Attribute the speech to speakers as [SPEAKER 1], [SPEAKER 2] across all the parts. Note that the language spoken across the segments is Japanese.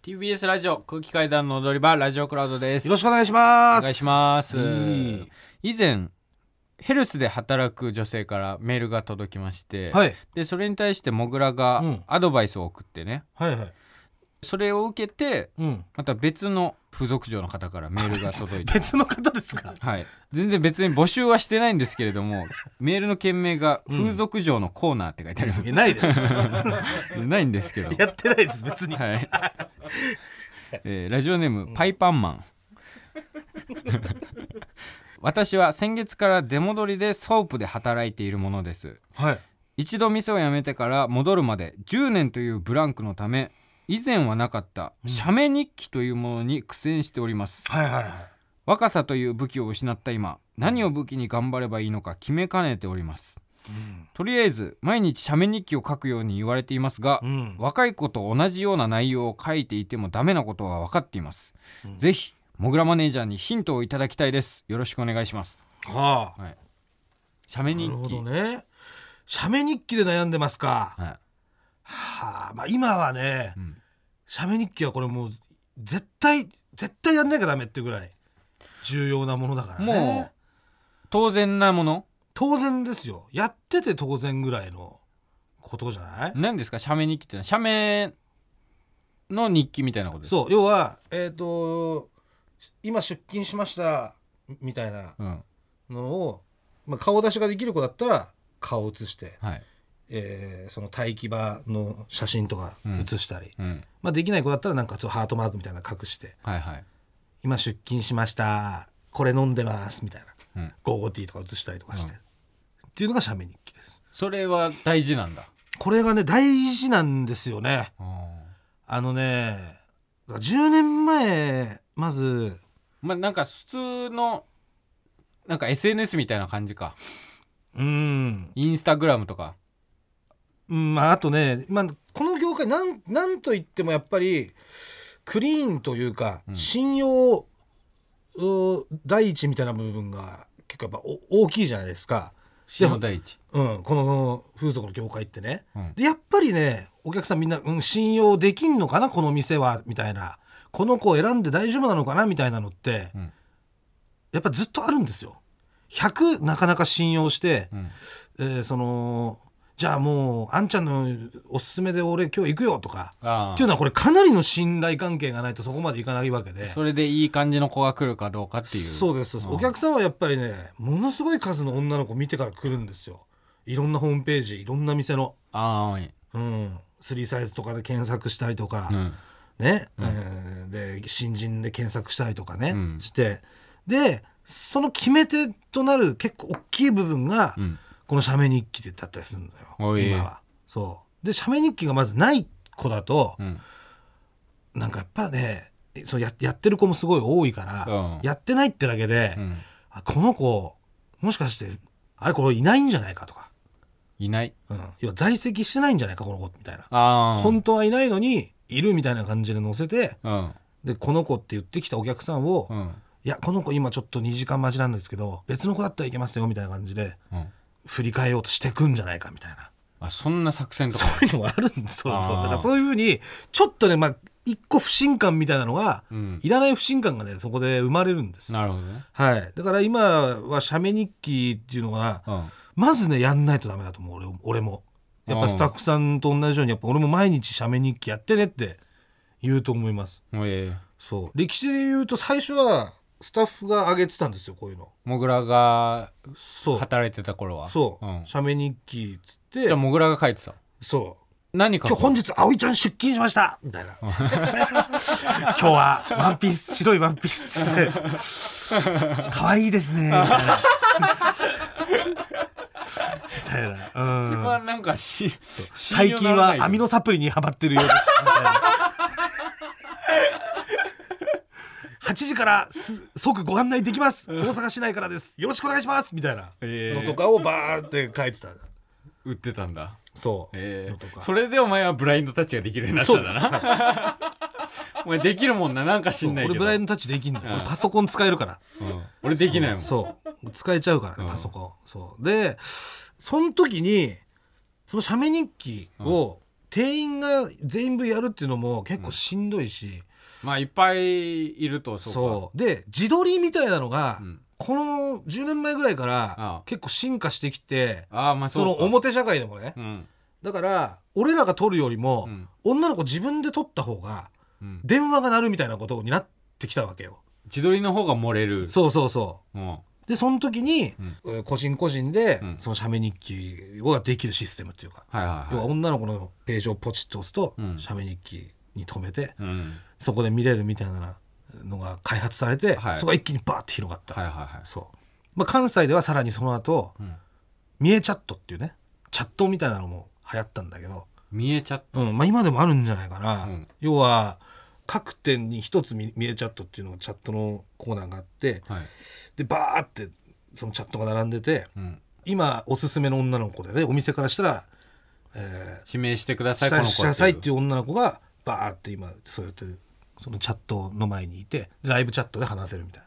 [SPEAKER 1] TBS ラジオ空気階段の踊り場ラジオクラウドです
[SPEAKER 2] よろしくお願いします。
[SPEAKER 1] お願いします
[SPEAKER 2] うん
[SPEAKER 1] 以前ヘルスで働く女性からメールが届きまして、
[SPEAKER 2] はい。
[SPEAKER 1] でそれに対してモグラが
[SPEAKER 2] うん
[SPEAKER 1] アドバイスを送ってね、
[SPEAKER 2] はいはい。
[SPEAKER 1] それを受けて
[SPEAKER 2] うん。
[SPEAKER 1] また別の風俗嬢の方からメールが届い て
[SPEAKER 2] 別の方ですか。
[SPEAKER 1] はい、全然別に募集はしてないんですけれどもメールの件名が「風俗嬢のコーナー」って書いてあります
[SPEAKER 2] い、やない です。
[SPEAKER 1] ないんですけど
[SPEAKER 2] やってないです別に。
[SPEAKER 1] はい。えーラジオネームパイパンマン。私は先月から出戻りでソープで働いているものです。
[SPEAKER 2] はい。
[SPEAKER 1] 一度店を辞めてから戻るまで10年というブランクのため、以前はなかった写メ日記というものに苦戦しております。
[SPEAKER 2] はいはいはい。
[SPEAKER 1] 若さという武器を失った今、何を武器に頑張ればいいのか決めかねております。とりあえず毎日写メ日記を書くように言われていますが、
[SPEAKER 2] うん。うん。
[SPEAKER 1] 若い子と同じような内容を書いていてもダメなことは分かっています、
[SPEAKER 2] うん
[SPEAKER 1] ぜひモグラマネージャーにヒントをいただきたいですよろしくお願いします
[SPEAKER 2] はあ。
[SPEAKER 1] はい写メ
[SPEAKER 2] な
[SPEAKER 1] 日
[SPEAKER 2] るほ
[SPEAKER 1] 記、
[SPEAKER 2] どね。写メ日記で悩んでますか。
[SPEAKER 1] は
[SPEAKER 2] はあ。まあ今はね
[SPEAKER 1] い、うん、
[SPEAKER 2] 写メ日記はこれもう絶対絶対やんなきゃダメっていうぐらい重要なものだからね。
[SPEAKER 1] もう当然なもの
[SPEAKER 2] 当然ですよ。やってて当然ぐらいのことじゃない？
[SPEAKER 1] 何ですか写メ日記ってのは写メの日記みたいなことですか
[SPEAKER 2] そう要はえっ、と今出勤しましたみたいな
[SPEAKER 1] う、ん
[SPEAKER 2] のを、まあ、顔出しができる子だったら顔写して、
[SPEAKER 1] はい
[SPEAKER 2] えーその待機場の写真とか写したり、
[SPEAKER 1] うん、
[SPEAKER 2] まあ、できない子だったらなんかちょっとハートマークみたいなの隠して
[SPEAKER 1] はいはい、
[SPEAKER 2] 「今出勤しましたこれ飲んでます」みたいな
[SPEAKER 1] うん、
[SPEAKER 2] 「ゴーゴーティー」とか写したりとかして、
[SPEAKER 1] うん
[SPEAKER 2] っていうのが写メ日記です。
[SPEAKER 1] それは大事なんだ
[SPEAKER 2] これがね大事なんですよね。
[SPEAKER 1] あ
[SPEAKER 2] あのね10年前まず
[SPEAKER 1] まあなんか普通のなんか SNS みたいな感じか
[SPEAKER 2] うん
[SPEAKER 1] インスタグラムとか
[SPEAKER 2] うん、まああとね、まあ、この業界なんなんといってもやっぱりクリーンというか、
[SPEAKER 1] うん
[SPEAKER 2] 信用うん第一みたいな部分が結構やっぱお大きいじゃないですか、
[SPEAKER 1] 死の第一
[SPEAKER 2] うん、この風俗の業界ってね。
[SPEAKER 1] うん
[SPEAKER 2] でやっぱりねお客さんみんな、うん、信用できんのかなこの店はみたいなこの子を選んで大丈夫なのかなみたいなのって、
[SPEAKER 1] うん
[SPEAKER 2] やっぱずっとあるんですよ。100なかなか信用して、
[SPEAKER 1] うん
[SPEAKER 2] えーそのじゃあもうあんちゃんのおすすめで俺今日行くよとか
[SPEAKER 1] ああ
[SPEAKER 2] っていうのはこれかなりの信頼関係がないとそこまでいかないわけで
[SPEAKER 1] それでいい感じの子が来るかどうかっていう
[SPEAKER 2] そうですそうです
[SPEAKER 1] うん
[SPEAKER 2] お客さんはやっぱりねものすごい数の女の子見てから来るんですよいろんなホームページいろんな店の、
[SPEAKER 1] ああはい
[SPEAKER 2] うん、3サイズとかで検索したりとか、
[SPEAKER 1] うん
[SPEAKER 2] ね、えーで新人で検索したりとかね、
[SPEAKER 1] うん
[SPEAKER 2] してでその決め手となる結構大きい部分が、
[SPEAKER 1] うん
[SPEAKER 2] この写メ日記だったりするんだ
[SPEAKER 1] お
[SPEAKER 2] よ
[SPEAKER 1] い
[SPEAKER 2] 今はそうで写メ日記がまずない子だと、
[SPEAKER 1] うん
[SPEAKER 2] なんかやっぱねそうややってる子もすごい多いから、
[SPEAKER 1] うん
[SPEAKER 2] やってないってだけで、
[SPEAKER 1] うん
[SPEAKER 2] あこの子もしかしてあれこれいないんじゃないかとか、
[SPEAKER 1] いない
[SPEAKER 2] うん、要は在籍してないんじゃないかこの子みたいな、
[SPEAKER 1] ああ
[SPEAKER 2] 本当はいないのにいるみたいな感じで載せて
[SPEAKER 1] うん
[SPEAKER 2] でこの子って言ってきたお客さんを、
[SPEAKER 1] う
[SPEAKER 2] い
[SPEAKER 1] ん
[SPEAKER 2] やこの子今ちょっと2時間待ちなんですけど別の子だったらいけますよみたいな感じで
[SPEAKER 1] うん
[SPEAKER 2] 振り返ようとしてくんじゃないかみたいな
[SPEAKER 1] あそんな作戦と
[SPEAKER 2] そ
[SPEAKER 1] か
[SPEAKER 2] ういうのもあるんですそうそう
[SPEAKER 1] あー
[SPEAKER 2] だからそういうふうにちょっとねまあ一個不信感みたいなのが
[SPEAKER 1] うん
[SPEAKER 2] いらない不信感がねそこで生まれるんですよ
[SPEAKER 1] なるほどね
[SPEAKER 2] はいだから今は写メ日記っていうのは
[SPEAKER 1] うん
[SPEAKER 2] まずねやんないとダメだと思う俺俺もやっぱスタッフさんと同じようにやっぱ俺も毎日写メ日記やってねって言うと思います
[SPEAKER 1] もうええ
[SPEAKER 2] そう歴史で言うと最初はスタッフが上げてたんですよこういうの
[SPEAKER 1] モグラが
[SPEAKER 2] そう
[SPEAKER 1] 働いてた頃は
[SPEAKER 2] そう、
[SPEAKER 1] んじ
[SPEAKER 2] 写メ日記っつって
[SPEAKER 1] ゃあモグラが書いてた
[SPEAKER 2] そう
[SPEAKER 1] 何か
[SPEAKER 2] 今日本日葵ちゃん出勤しましたみたいな今日はワンピース白いワンピース可愛いですねみたいなみたいなうん
[SPEAKER 1] 一番なんかし
[SPEAKER 2] 最近はアミ
[SPEAKER 1] の
[SPEAKER 2] ノサプリにハマってるようですみたいな8時からす即ご案内できます大阪市内からですよろしくお願いしますみたいな
[SPEAKER 1] え
[SPEAKER 2] の
[SPEAKER 1] え
[SPEAKER 2] とかをバーって書いてた
[SPEAKER 1] 売ってたんだ
[SPEAKER 2] そう、
[SPEAKER 1] え
[SPEAKER 2] のと
[SPEAKER 1] え
[SPEAKER 2] か
[SPEAKER 1] それでお前はブラインドタッチができるようになった
[SPEAKER 2] そうんです
[SPEAKER 1] だな お前できるもんななんかしんないけ
[SPEAKER 2] 俺
[SPEAKER 1] ど
[SPEAKER 2] ブラインドタッチできんの、
[SPEAKER 1] うん
[SPEAKER 2] 俺パソコン使えるから
[SPEAKER 1] うん俺できないもん
[SPEAKER 2] そう使えちゃうからね、
[SPEAKER 1] うん
[SPEAKER 2] パソコンそうでその時にその写メ日記を店員が全部やるっていうのも結構しんどいし、
[SPEAKER 1] まあいっぱいいるとそうか
[SPEAKER 2] そうで自撮りみたいなのが、
[SPEAKER 1] うん
[SPEAKER 2] この10年前ぐらいか
[SPEAKER 1] ああ
[SPEAKER 2] ら結構進化してきて
[SPEAKER 1] ああまあ
[SPEAKER 2] そ
[SPEAKER 1] そう
[SPEAKER 2] の
[SPEAKER 1] か
[SPEAKER 2] 表社会でもね
[SPEAKER 1] うん
[SPEAKER 2] だから俺らが撮るよりも
[SPEAKER 1] う、ん
[SPEAKER 2] 女の子自分で撮った方が
[SPEAKER 1] うん
[SPEAKER 2] 電話が鳴るみたいなことになってきたわけよ、
[SPEAKER 1] 自撮りの方が漏れる
[SPEAKER 2] そうそうそう
[SPEAKER 1] うん
[SPEAKER 2] でその時に、
[SPEAKER 1] うん
[SPEAKER 2] えー個人個人で、
[SPEAKER 1] うん
[SPEAKER 2] その写メ日記ができるシステムっていうか、
[SPEAKER 1] はいはい
[SPEAKER 2] 要は
[SPEAKER 1] はい
[SPEAKER 2] 女の子のページをポチッと押すと、
[SPEAKER 1] うん
[SPEAKER 2] 写メ日記に止めて
[SPEAKER 1] うん
[SPEAKER 2] そこで見れるみたいなのが開発されて、
[SPEAKER 1] はい
[SPEAKER 2] そこが一気にバーって広がった、
[SPEAKER 1] はいはいはい
[SPEAKER 2] そう、まあ、関西ではさらにその後
[SPEAKER 1] うん
[SPEAKER 2] 見えチャットっていうねチャットみたいなのも流行ったんだけど、
[SPEAKER 1] 見えちゃっ
[SPEAKER 2] うんまあ、今でもあるんじゃないかな、
[SPEAKER 1] うん
[SPEAKER 2] 要は各店に一つ見見えチャットっていうのがチャットのコーナーがあって
[SPEAKER 1] たはい
[SPEAKER 2] でバーってそのチャットが並んでて、
[SPEAKER 1] うん
[SPEAKER 2] 今おすすめの女の子でねお店からしたら、え
[SPEAKER 1] 指名してくだ
[SPEAKER 2] ー、
[SPEAKER 1] さいこ
[SPEAKER 2] 下
[SPEAKER 1] の
[SPEAKER 2] に
[SPEAKER 1] 子
[SPEAKER 2] しなさいっていう女の子がバーって今そうやってそのチャットの前にいてライブチャットで話せるみたい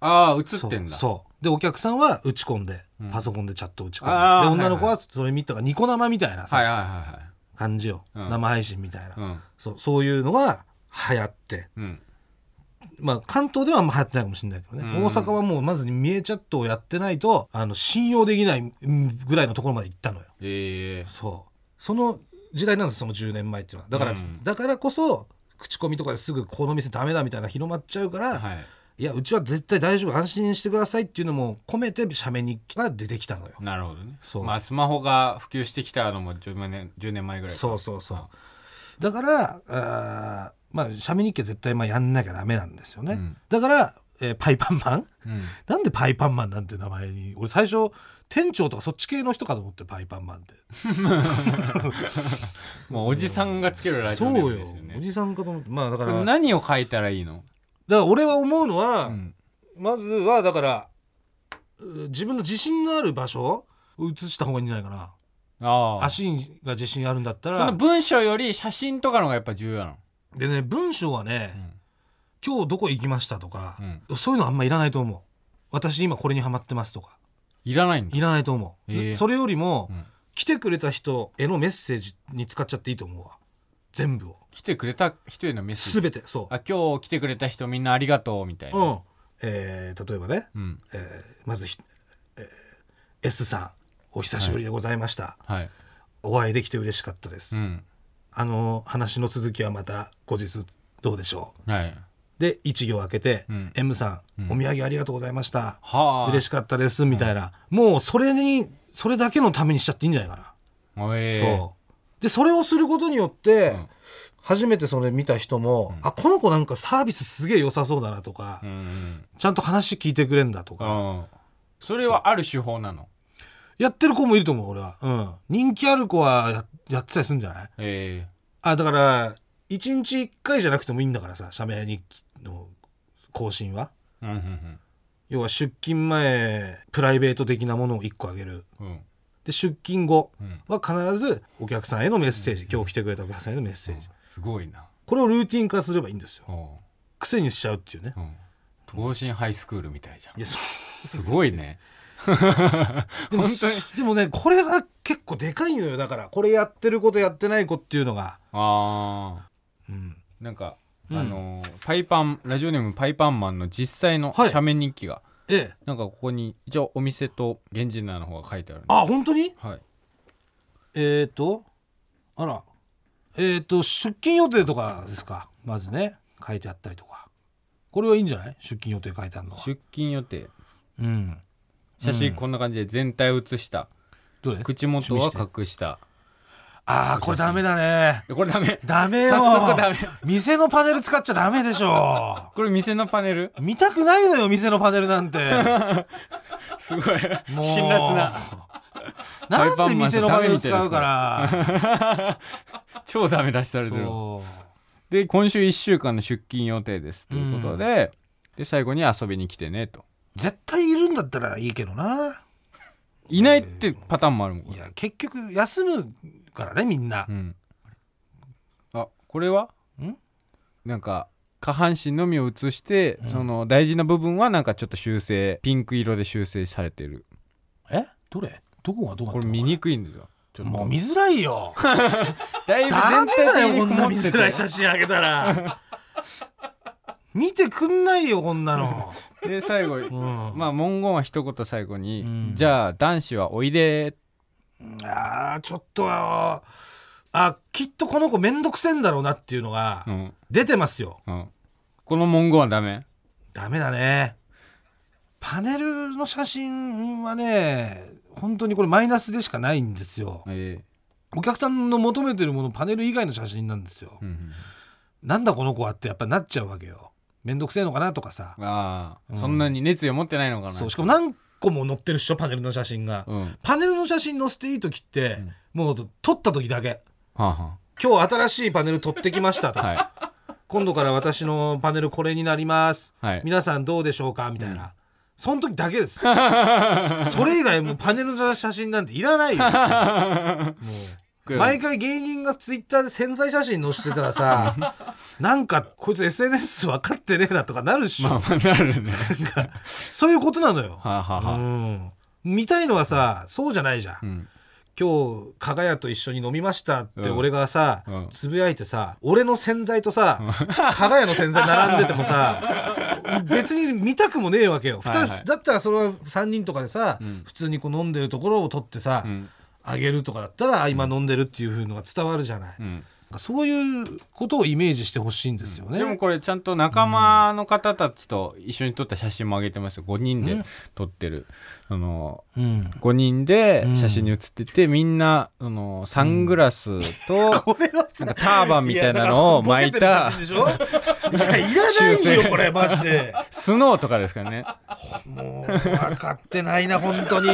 [SPEAKER 2] な
[SPEAKER 1] ああ映ってんだ
[SPEAKER 2] そうそうでお客さんは打ち込んで、
[SPEAKER 1] うん
[SPEAKER 2] パソコンでチャット打ち込
[SPEAKER 1] あー
[SPEAKER 2] んで
[SPEAKER 1] はいはい
[SPEAKER 2] で女の子はそれ見たからニコ生みたいなさ、
[SPEAKER 1] はいはいは
[SPEAKER 2] 感じよ、
[SPEAKER 1] うん
[SPEAKER 2] 生配信みたいな、
[SPEAKER 1] いはい
[SPEAKER 2] そうそういうのが流行って
[SPEAKER 1] うんうん
[SPEAKER 2] まあ関東ではあんま流行ってないかもしれないけどね、
[SPEAKER 1] うん
[SPEAKER 2] 大阪はもうまず見えチャットをやってないとあの信用できないうんぐらいのところまで行ったのよ
[SPEAKER 1] ええ
[SPEAKER 2] そうその時代なんですその10年前っていうのはだから、
[SPEAKER 1] うん
[SPEAKER 2] だからこそ口コミとかですぐこの店ダメだみたいな広まっちゃうから、
[SPEAKER 1] はい
[SPEAKER 2] い、やうちは絶対大丈夫安心してくださいっていうのも込めて写メ日記が出てきたのよ、
[SPEAKER 1] なるほどね
[SPEAKER 2] そう
[SPEAKER 1] まあスマホが普及してきたのも10年10年前ぐらいか
[SPEAKER 2] そうそうそうだからあーまあ写メ日記は絶対まあやんなきゃダメなんですよね、
[SPEAKER 1] うん
[SPEAKER 2] だから、えーパイパンマン
[SPEAKER 1] うん
[SPEAKER 2] なんでパイパンマンなんて名前に俺最初店長とかそっち系の人かと思ってパイパンマンって
[SPEAKER 1] もうおじさんがつけるラジ
[SPEAKER 2] そ
[SPEAKER 1] オ
[SPEAKER 2] う
[SPEAKER 1] ネー
[SPEAKER 2] よ
[SPEAKER 1] ムですよね
[SPEAKER 2] おじさんかと思ってまあだ
[SPEAKER 1] こ
[SPEAKER 2] から
[SPEAKER 1] れ
[SPEAKER 2] だか
[SPEAKER 1] 何を書いたらいいの、
[SPEAKER 2] ら俺は思うのは、
[SPEAKER 1] うん
[SPEAKER 2] まずはだからう自分の自信のある場所を写した方がいいんじゃないかな
[SPEAKER 1] ああ
[SPEAKER 2] 足にが自信あるんだっ
[SPEAKER 1] そ
[SPEAKER 2] た
[SPEAKER 1] の
[SPEAKER 2] ら
[SPEAKER 1] 文章より写真とかのがやっぱ重要なの、
[SPEAKER 2] でね文章はね、今日どこ行きました」とか
[SPEAKER 1] う、ん、
[SPEAKER 2] そういうのあんまいらないと思う私今これにハマってますとか
[SPEAKER 1] いらないんだ
[SPEAKER 2] いらないと思う、
[SPEAKER 1] ええ
[SPEAKER 2] それよりも、
[SPEAKER 1] うん
[SPEAKER 2] 来てくれた人へのメッセージに使っちゃっていいと思うわ全部を
[SPEAKER 1] 来てくれた人へのメッセージ
[SPEAKER 2] 全てそう
[SPEAKER 1] あ今日来てくれた人みんなありがとうみたいうな、
[SPEAKER 2] んえー例えばね、
[SPEAKER 1] うん
[SPEAKER 2] えーまずひ、えー S さんお久しぶりでございました、
[SPEAKER 1] はい、
[SPEAKER 2] お会いできて嬉しかったです、
[SPEAKER 1] うん
[SPEAKER 2] あの話の続きはまた後日どうでしょう
[SPEAKER 1] はい、
[SPEAKER 2] で一行開けて、
[SPEAKER 1] うん
[SPEAKER 2] M さん、
[SPEAKER 1] うん
[SPEAKER 2] お土産ありがとうございました
[SPEAKER 1] はあ
[SPEAKER 2] 嬉しかったですみたいな、もうそれにそれだけのためにしちゃっていいんじゃないかな、
[SPEAKER 1] ええ
[SPEAKER 2] そうでそれをすることによって、
[SPEAKER 1] うん
[SPEAKER 2] 初めてそれ見た人も、
[SPEAKER 1] うん
[SPEAKER 2] あこの子なんかサービスすげえ良さそうだなとか、
[SPEAKER 1] うんうん
[SPEAKER 2] ちゃんと話聞いてくれんだとか、
[SPEAKER 1] ああそれはある手法なの
[SPEAKER 2] やってる子もいると思う俺は、うん、人気ある子はややってたりするんじゃない
[SPEAKER 1] え
[SPEAKER 2] あだから1日1回じゃなくてもいいんだからさ社名日記の更新は
[SPEAKER 1] えうん
[SPEAKER 2] 要は出勤前プライベート的なものを1個あげる
[SPEAKER 1] うんうんうん
[SPEAKER 2] で出勤後
[SPEAKER 1] うん
[SPEAKER 2] は必ずお客さんへのメッセージ今日来てくれたお客さんへのメッセージ
[SPEAKER 1] すごいな
[SPEAKER 2] これをルーティン化すればいいんですよ
[SPEAKER 1] お
[SPEAKER 2] 癖にしちゃうっていうね
[SPEAKER 1] ううん東進ハイスクールみたいじゃん
[SPEAKER 2] いやそ
[SPEAKER 1] すごいね
[SPEAKER 2] でも
[SPEAKER 1] 本当に
[SPEAKER 2] でもねこれが結構でかいのよだからこれやってる子とやってない子っていうのが、
[SPEAKER 1] ああ
[SPEAKER 2] うん、
[SPEAKER 1] なんか、
[SPEAKER 2] うん
[SPEAKER 1] あのーパイパンラジオネームパイパンマンの実際の
[SPEAKER 2] はい
[SPEAKER 1] 写メ日記が、
[SPEAKER 2] ええ
[SPEAKER 1] なんかここに一応お店と源氏名の方が書いてあるんで
[SPEAKER 2] あ本当に
[SPEAKER 1] はい
[SPEAKER 2] えっ、ー、とあらえっ、ー、と出勤予定とかですかまずね書いてあったりとかこれはいいんじゃない出勤予定書いてあるのは
[SPEAKER 1] 出勤予定
[SPEAKER 2] うん
[SPEAKER 1] 写真こんな感じで全体写した、
[SPEAKER 2] どれ
[SPEAKER 1] 口元は隠した
[SPEAKER 2] ああこれダメだね
[SPEAKER 1] でこれダメ
[SPEAKER 2] ダメよ
[SPEAKER 1] 早速ダメ
[SPEAKER 2] 店のパネル使っちゃダメでしょ
[SPEAKER 1] これ店のパネル
[SPEAKER 2] 見たくないのよ店のパネルなん て
[SPEAKER 1] すごい辛
[SPEAKER 2] もう
[SPEAKER 1] 辣な パイ
[SPEAKER 2] なん
[SPEAKER 1] パ
[SPEAKER 2] で
[SPEAKER 1] ンマンさ
[SPEAKER 2] 店
[SPEAKER 1] ん
[SPEAKER 2] のパネル
[SPEAKER 1] ダメ
[SPEAKER 2] 使
[SPEAKER 1] み
[SPEAKER 2] う
[SPEAKER 1] た
[SPEAKER 2] か
[SPEAKER 1] い
[SPEAKER 2] ら
[SPEAKER 1] 超ダメ出しされてる
[SPEAKER 2] そう
[SPEAKER 1] で今週1週間の出勤予定ですということで、で最後に遊びに来てねと
[SPEAKER 2] 絶対いるんだったらいいけどない
[SPEAKER 1] ないってパターンもあるもんこ
[SPEAKER 2] い
[SPEAKER 1] れ
[SPEAKER 2] や結局休むからねみんな
[SPEAKER 1] うん、あこれは
[SPEAKER 2] ん
[SPEAKER 1] なんか下半身のみを写して、その大事な部分はなんかちょっと修正ピンク色で修正されてる
[SPEAKER 2] えどれどこがどうな
[SPEAKER 1] こ
[SPEAKER 2] っ
[SPEAKER 1] れ
[SPEAKER 2] て
[SPEAKER 1] 見
[SPEAKER 2] る
[SPEAKER 1] にくいんですよちょっと
[SPEAKER 2] もう見づらいよ
[SPEAKER 1] だいぶ全
[SPEAKER 2] ダメだ
[SPEAKER 1] 体的
[SPEAKER 2] よこ
[SPEAKER 1] に
[SPEAKER 2] んな
[SPEAKER 1] 曇
[SPEAKER 2] 見
[SPEAKER 1] って
[SPEAKER 2] づらい
[SPEAKER 1] て
[SPEAKER 2] 写真あげたら見てくんないよこんなの、
[SPEAKER 1] で最後
[SPEAKER 2] うん、
[SPEAKER 1] まあ文言は一言最後に、
[SPEAKER 2] うん
[SPEAKER 1] じゃあ男子はおいで
[SPEAKER 2] あーちょっとはあきっとこの子めんどくせえんだろうなっていうのが
[SPEAKER 1] うん
[SPEAKER 2] 出てますよ、
[SPEAKER 1] うんこの文言はダメ
[SPEAKER 2] ダメだねパネルの写真はね本当にこれマイナスでしかないんですよ
[SPEAKER 1] え
[SPEAKER 2] お客さんの求めてるものパネル以外の写真なんですよ、
[SPEAKER 1] えうん
[SPEAKER 2] なんだこの子はってやっぱなっちゃうわけよめんどくせえのかなとかさ
[SPEAKER 1] うん、ああ、
[SPEAKER 2] うん
[SPEAKER 1] そんなに熱意を持ってないのかな
[SPEAKER 2] そうしかも何個も載ってるっしょパネルの写真が、
[SPEAKER 1] うんは
[SPEAKER 2] パネルの写真載せていい時って、
[SPEAKER 1] うん
[SPEAKER 2] もう撮った時だけ
[SPEAKER 1] あ、は
[SPEAKER 2] 今日新しいパネル撮ってきましたと
[SPEAKER 1] あ、
[SPEAKER 2] か、
[SPEAKER 1] はい
[SPEAKER 2] 今度から私のパネルこれになります、
[SPEAKER 1] はい
[SPEAKER 2] 皆さんどうでしょうかみたいな、その時だけです それ以外もうパネルの写真なんていら ないよもう毎回芸人がツイッターで宣材写真載せてたら さなんかこいつ SNS 分かってねえなとかなるっしょ、
[SPEAKER 1] まあまあなるね
[SPEAKER 2] そういうことなのよ、
[SPEAKER 1] はあ、はあ
[SPEAKER 2] う
[SPEAKER 1] はあ
[SPEAKER 2] ん、見たいのはさそうじゃないじゃん、
[SPEAKER 1] うん、
[SPEAKER 2] 今日加賀屋と一緒に飲みましたって
[SPEAKER 1] うん
[SPEAKER 2] 俺がさ、
[SPEAKER 1] うん
[SPEAKER 2] つぶやいてさ俺の洗剤とさ、加賀屋の洗剤並んでても さ別に見たくもねえわけよ、二人
[SPEAKER 1] はいはい
[SPEAKER 2] だったらそれは3人とかでさ、
[SPEAKER 1] うん
[SPEAKER 2] 普通にこう飲んでるところを撮ってさ、
[SPEAKER 1] うん
[SPEAKER 2] あげるとかだったらあ今飲んでるっていう風のが伝わるじゃない、
[SPEAKER 1] う
[SPEAKER 2] なん
[SPEAKER 1] ん
[SPEAKER 2] かそういうことをイメージしてほしいんですよね、
[SPEAKER 1] でもこれちゃんと仲間の方たちと一緒に撮った写真も上げてますよ5人で撮ってる、あの
[SPEAKER 2] うん
[SPEAKER 1] 5人で写真に写ってて、みんなあのサングラスと、なん かターバンみたいなのを巻い
[SPEAKER 2] い
[SPEAKER 1] た
[SPEAKER 2] やだからボケてる写真でしょいやいらないよこれマジで
[SPEAKER 1] スノーとかですからね
[SPEAKER 2] もう分かってないな本当に。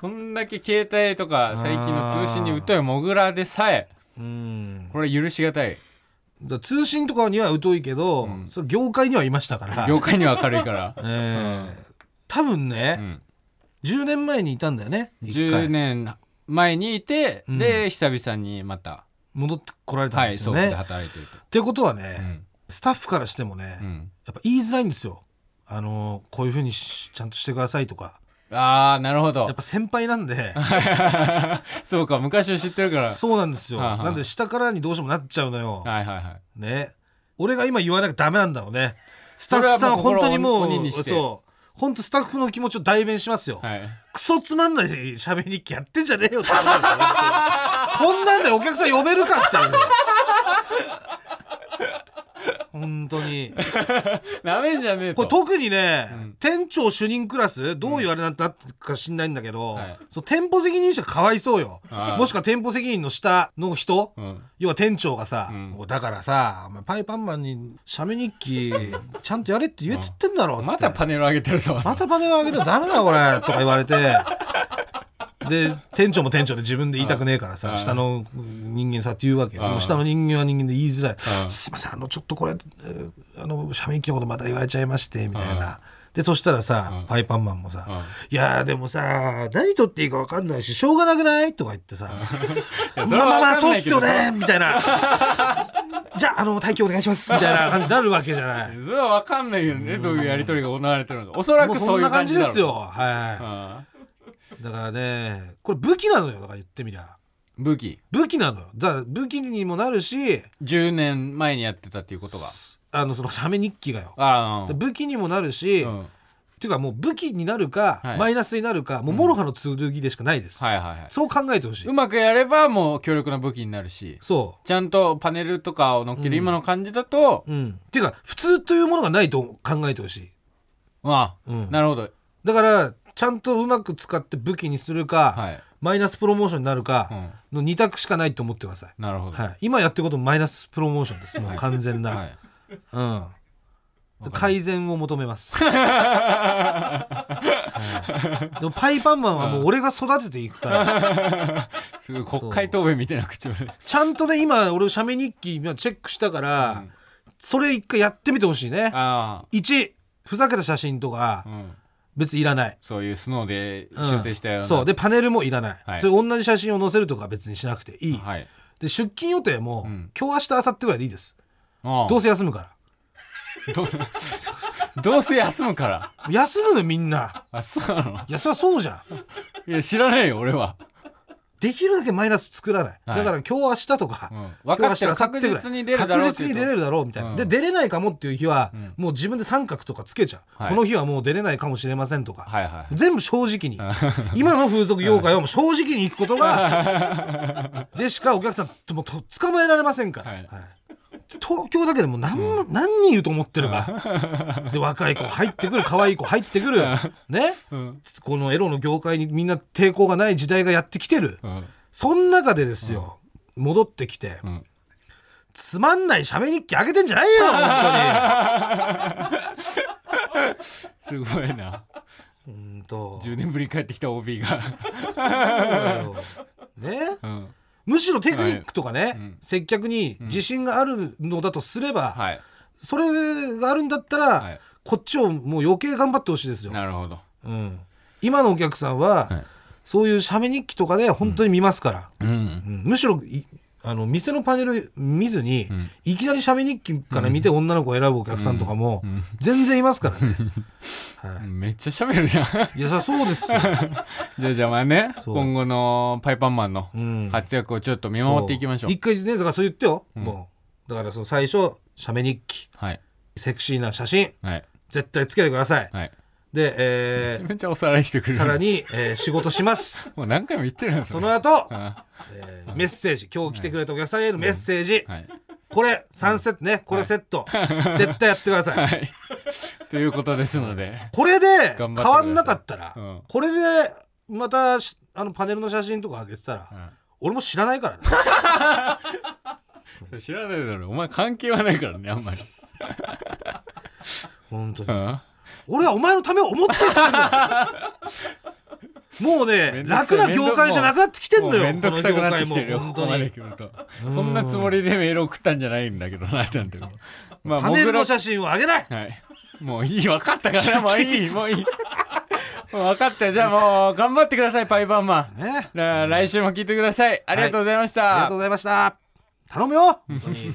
[SPEAKER 1] こんだけ携帯とか最近の通信に疎いモグラでさえ
[SPEAKER 2] うん
[SPEAKER 1] これ許しがたい
[SPEAKER 2] だ通信とかには疎いけど、
[SPEAKER 1] ん
[SPEAKER 2] その業界にはいましたから、
[SPEAKER 1] 業界には明るいから、
[SPEAKER 2] えー多分
[SPEAKER 1] う
[SPEAKER 2] ね、
[SPEAKER 1] ん、
[SPEAKER 2] 10年前にいたんだよね一
[SPEAKER 1] 10
[SPEAKER 2] 回
[SPEAKER 1] 年前にいて、
[SPEAKER 2] うん
[SPEAKER 1] で久々にまた
[SPEAKER 2] 戻ってこられたん
[SPEAKER 1] は
[SPEAKER 2] で
[SPEAKER 1] い
[SPEAKER 2] す
[SPEAKER 1] そ
[SPEAKER 2] よ
[SPEAKER 1] う
[SPEAKER 2] ね、
[SPEAKER 1] で働いてると、
[SPEAKER 2] ってことは
[SPEAKER 1] う
[SPEAKER 2] ね、
[SPEAKER 1] ん
[SPEAKER 2] スタッフからしてもね、
[SPEAKER 1] う
[SPEAKER 2] や
[SPEAKER 1] ん、
[SPEAKER 2] っぱ言いづらいんですよあのこういうふうにしちゃんとしてくださいとか
[SPEAKER 1] ああなるほ
[SPEAKER 2] やっ
[SPEAKER 1] ど
[SPEAKER 2] ぱ先輩なんで
[SPEAKER 1] そうか昔を知ってるから
[SPEAKER 2] そうなんですよ
[SPEAKER 1] はあはあ
[SPEAKER 2] なんで下からにどうしてもなっちゃうのよ、
[SPEAKER 1] はいはいはい
[SPEAKER 2] ね俺が今言わなきゃダメなんだろうねスタッフさんは
[SPEAKER 1] それ
[SPEAKER 2] 本
[SPEAKER 1] はもう
[SPEAKER 2] 当にも
[SPEAKER 1] 心を鬼に
[SPEAKER 2] う
[SPEAKER 1] して
[SPEAKER 2] そう本当スタッフの気持ちを代弁しますよ、
[SPEAKER 1] はい
[SPEAKER 2] クソつまんない喋り日記やってんじゃねえよって思うよ本当にこんなんでお客さん呼べるかっていう本当に
[SPEAKER 1] なめんじゃねえ
[SPEAKER 2] ことれ特にね、
[SPEAKER 1] ん
[SPEAKER 2] 店長主任クラスどういうあれなんだったか知んないんだけど、
[SPEAKER 1] はい
[SPEAKER 2] そう店舗責任者かわいそうよ
[SPEAKER 1] ああ
[SPEAKER 2] もしくは店舗責任の下の人、
[SPEAKER 1] うん
[SPEAKER 2] 要は店長がさ、
[SPEAKER 1] うん
[SPEAKER 2] もうだからさお前パイパンマンに写メ日記ちゃんとやれって言えっつってんだろっつって
[SPEAKER 1] またパネル上げてるぞ
[SPEAKER 2] またパネル上げたらダメだこれとか言われてで店長も店長で自分で言いたくねえから
[SPEAKER 1] う
[SPEAKER 2] さ
[SPEAKER 1] ん
[SPEAKER 2] 下の人間さって言うわけよ
[SPEAKER 1] うん
[SPEAKER 2] でも下の人間は人間で言いづらい
[SPEAKER 1] うん
[SPEAKER 2] すいませんあのちょっとこれえーあの社員機のことまた言われちゃいましてみたいなでそしたら
[SPEAKER 1] う
[SPEAKER 2] さ
[SPEAKER 1] ん
[SPEAKER 2] パイパンマンもさ
[SPEAKER 1] うん
[SPEAKER 2] 「いやーでもさ何取っていいか分かんないししょうがなくない?」とか言ってさ
[SPEAKER 1] いやそれ
[SPEAKER 2] まあ
[SPEAKER 1] は
[SPEAKER 2] まあまあ
[SPEAKER 1] わかん
[SPEAKER 2] そう
[SPEAKER 1] な
[SPEAKER 2] っ
[SPEAKER 1] いけ
[SPEAKER 2] す
[SPEAKER 1] ど
[SPEAKER 2] よねみたいなじゃああの体験お願いしますみたいな感じになるわけじゃない
[SPEAKER 1] それはわかんないよねどういうやり取りが行われてるのかお そら
[SPEAKER 2] もう
[SPEAKER 1] く
[SPEAKER 2] そ
[SPEAKER 1] そうんい
[SPEAKER 2] な
[SPEAKER 1] う感
[SPEAKER 2] 感
[SPEAKER 1] じ
[SPEAKER 2] じで
[SPEAKER 1] だろう
[SPEAKER 2] すよはい
[SPEAKER 1] うん
[SPEAKER 2] だからねこれ武器なのよだから言ってみりゃ
[SPEAKER 1] 武器
[SPEAKER 2] 武器なのよだから武器にもなるし
[SPEAKER 1] 10年前にやってたっていうことが
[SPEAKER 2] あのその写メ日記がよ
[SPEAKER 1] ああ
[SPEAKER 2] 武器にもなるし、
[SPEAKER 1] うん
[SPEAKER 2] っ
[SPEAKER 1] はい
[SPEAKER 2] ていうかもう武器になるか、
[SPEAKER 1] はい
[SPEAKER 2] マイナスになるかもうモロハの剣でしかないです、
[SPEAKER 1] はいはい
[SPEAKER 2] そう考えてほしいう
[SPEAKER 1] まくやればもう強力な武器になるし
[SPEAKER 2] そ
[SPEAKER 1] ちゃんとパネルとかを乗っける今の感じだと、
[SPEAKER 2] ううんっていうか普通というものがないと考えてほしい
[SPEAKER 1] あ、
[SPEAKER 2] うん
[SPEAKER 1] なるほど
[SPEAKER 2] だからちゃんとうまく使って武器にするか、
[SPEAKER 1] はい
[SPEAKER 2] マイナスプロモーションになる
[SPEAKER 1] う
[SPEAKER 2] か
[SPEAKER 1] ん
[SPEAKER 2] の2択しかないと思ってください、
[SPEAKER 1] なるほど、
[SPEAKER 2] はい、今やってることもマイナスプロモーションですもう完全な、
[SPEAKER 1] はい
[SPEAKER 2] うん
[SPEAKER 1] わかります
[SPEAKER 2] 改善を求め ます、はいでもパイパンマンはもう俺が育てていくから
[SPEAKER 1] すごい国会答弁みたいな口調 で
[SPEAKER 2] ちゃんとね今俺写メ日記今チェックしたから、それ一回やってみてほしいね
[SPEAKER 1] あ
[SPEAKER 2] 1ふざけた写真とか
[SPEAKER 1] あ、うん、
[SPEAKER 2] 別にいらない、
[SPEAKER 1] そういうスノーで
[SPEAKER 2] うん
[SPEAKER 1] 修正したような、
[SPEAKER 2] そうでパネルもいらない、
[SPEAKER 1] はい
[SPEAKER 2] それ同じ写真を載せるとかは別にしなくていい、
[SPEAKER 1] はい
[SPEAKER 2] で出勤予定も、
[SPEAKER 1] うん
[SPEAKER 2] 今日明日明後日ぐらいでいいです
[SPEAKER 1] ああ
[SPEAKER 2] どうせ休むから
[SPEAKER 1] どうどうせ休むから
[SPEAKER 2] 休むのみんな
[SPEAKER 1] あそうなの
[SPEAKER 2] いやそりゃそうじゃん
[SPEAKER 1] いや知らないよ俺は、
[SPEAKER 2] できるだけマイナス作らない、
[SPEAKER 1] はい
[SPEAKER 2] だから今日明日とか、
[SPEAKER 1] うん、分かってる
[SPEAKER 2] 今日
[SPEAKER 1] 確
[SPEAKER 2] 明日
[SPEAKER 1] 実に出るだろうって
[SPEAKER 2] 確実に出れ
[SPEAKER 1] る
[SPEAKER 2] るだろうみたいな、
[SPEAKER 1] うん
[SPEAKER 2] で出れないかもっていう日は、
[SPEAKER 1] うん
[SPEAKER 2] もう自分で三角とかつけちゃう、
[SPEAKER 1] はい
[SPEAKER 2] この日はもう出れないかもしれませんとか、
[SPEAKER 1] はいはい
[SPEAKER 2] 全部正直に
[SPEAKER 1] は
[SPEAKER 2] 今の風俗業界はもう正直に行くことが でしかお客さんともと捕まえられませんから、
[SPEAKER 1] はい
[SPEAKER 2] はい東京だけでもう何,、何人いると思ってるか、 で若い子入ってくる可愛い子入ってくるね
[SPEAKER 1] うん
[SPEAKER 2] このエロの業界にみんな抵抗がない時代がやってきてる
[SPEAKER 1] うん
[SPEAKER 2] そん中でですよ、戻ってき て、
[SPEAKER 1] うん
[SPEAKER 2] つまんない写メ日記あげてんじゃないよ本
[SPEAKER 1] すごいな
[SPEAKER 2] 当にうんと
[SPEAKER 1] 10年ぶりに帰ってきた OB が、
[SPEAKER 2] ね
[SPEAKER 1] うん、
[SPEAKER 2] むしろテクニックとかね、
[SPEAKER 1] うん
[SPEAKER 2] 接客に自信があるのだとすれば、
[SPEAKER 1] はい
[SPEAKER 2] それがあるんだったら、
[SPEAKER 1] はい
[SPEAKER 2] こっちをもう余計頑張ってほしいですよ、
[SPEAKER 1] なるほど
[SPEAKER 2] うん、今のお客さんは、
[SPEAKER 1] はい
[SPEAKER 2] そういう写メ日記とかで本当に見ますから、
[SPEAKER 1] うん
[SPEAKER 2] うんむしろいあの店のパネル見ずに、
[SPEAKER 1] ん
[SPEAKER 2] いきなり写メ日記から見て女の子を選ぶお客さんとかも
[SPEAKER 1] うん
[SPEAKER 2] 全然いますから ね、は
[SPEAKER 1] めっちゃ喋るじゃん
[SPEAKER 2] い、いやさそうですよ、
[SPEAKER 1] じゃあじゃあまあね
[SPEAKER 2] そう
[SPEAKER 1] 今後のパイパンマンの
[SPEAKER 2] うん
[SPEAKER 1] 活躍をちょっと見守っていきましょう
[SPEAKER 2] そ一回ねだからそう言ってよ、もうだからその最初写メ日記
[SPEAKER 1] はい
[SPEAKER 2] セクシーな写真
[SPEAKER 1] はい
[SPEAKER 2] 絶対つけてください、
[SPEAKER 1] はい
[SPEAKER 2] で、
[SPEAKER 1] め
[SPEAKER 2] え
[SPEAKER 1] ちゃめちゃおさらいしてくれ
[SPEAKER 2] ー、
[SPEAKER 1] る
[SPEAKER 2] さらに、えー仕事 します
[SPEAKER 1] もう何回も言ってるんです
[SPEAKER 2] その後、
[SPEAKER 1] は
[SPEAKER 2] えーメッセージ今日来てくれたお客さんへのメッセージ、
[SPEAKER 1] い
[SPEAKER 2] これ3セットねこれセット、 絶対やってください、
[SPEAKER 1] はい ということですので
[SPEAKER 2] これで
[SPEAKER 1] 頑張って
[SPEAKER 2] 変
[SPEAKER 1] ください
[SPEAKER 2] わんなかったら、
[SPEAKER 1] うん
[SPEAKER 2] これでまたしあのパネルの写真とか上げてたら、俺も知らないからね
[SPEAKER 1] うん知らないだろお前関係はないからねあんまり
[SPEAKER 2] 本当に
[SPEAKER 1] うん
[SPEAKER 2] 俺はお前のためを思ってたんだよ もう
[SPEAKER 1] め
[SPEAKER 2] ね
[SPEAKER 1] んどくさ
[SPEAKER 2] 楽
[SPEAKER 1] い
[SPEAKER 2] な業界じゃなくなってきてんの
[SPEAKER 1] もうめ
[SPEAKER 2] よ
[SPEAKER 1] ん
[SPEAKER 2] こ
[SPEAKER 1] ど
[SPEAKER 2] の
[SPEAKER 1] く
[SPEAKER 2] 業
[SPEAKER 1] さくなって
[SPEAKER 2] 界
[SPEAKER 1] き
[SPEAKER 2] も
[SPEAKER 1] てるよ
[SPEAKER 2] 本
[SPEAKER 1] ここ
[SPEAKER 2] 当
[SPEAKER 1] まで
[SPEAKER 2] に
[SPEAKER 1] 来るとそんなつもりでメール送ったんじゃないんだけどななんていうのまあ
[SPEAKER 2] パ
[SPEAKER 1] も
[SPEAKER 2] ネ
[SPEAKER 1] ぐ
[SPEAKER 2] ル
[SPEAKER 1] ら
[SPEAKER 2] の写真を上げない
[SPEAKER 1] はい。もういい、分か ったから、もういい、もういい。もう分かった、じゃあもう頑張ってください、パイパンマン。
[SPEAKER 2] ね
[SPEAKER 1] なあ来週も聞いてください。ありがとうございました。
[SPEAKER 2] ありがとうございました頼むよ本当に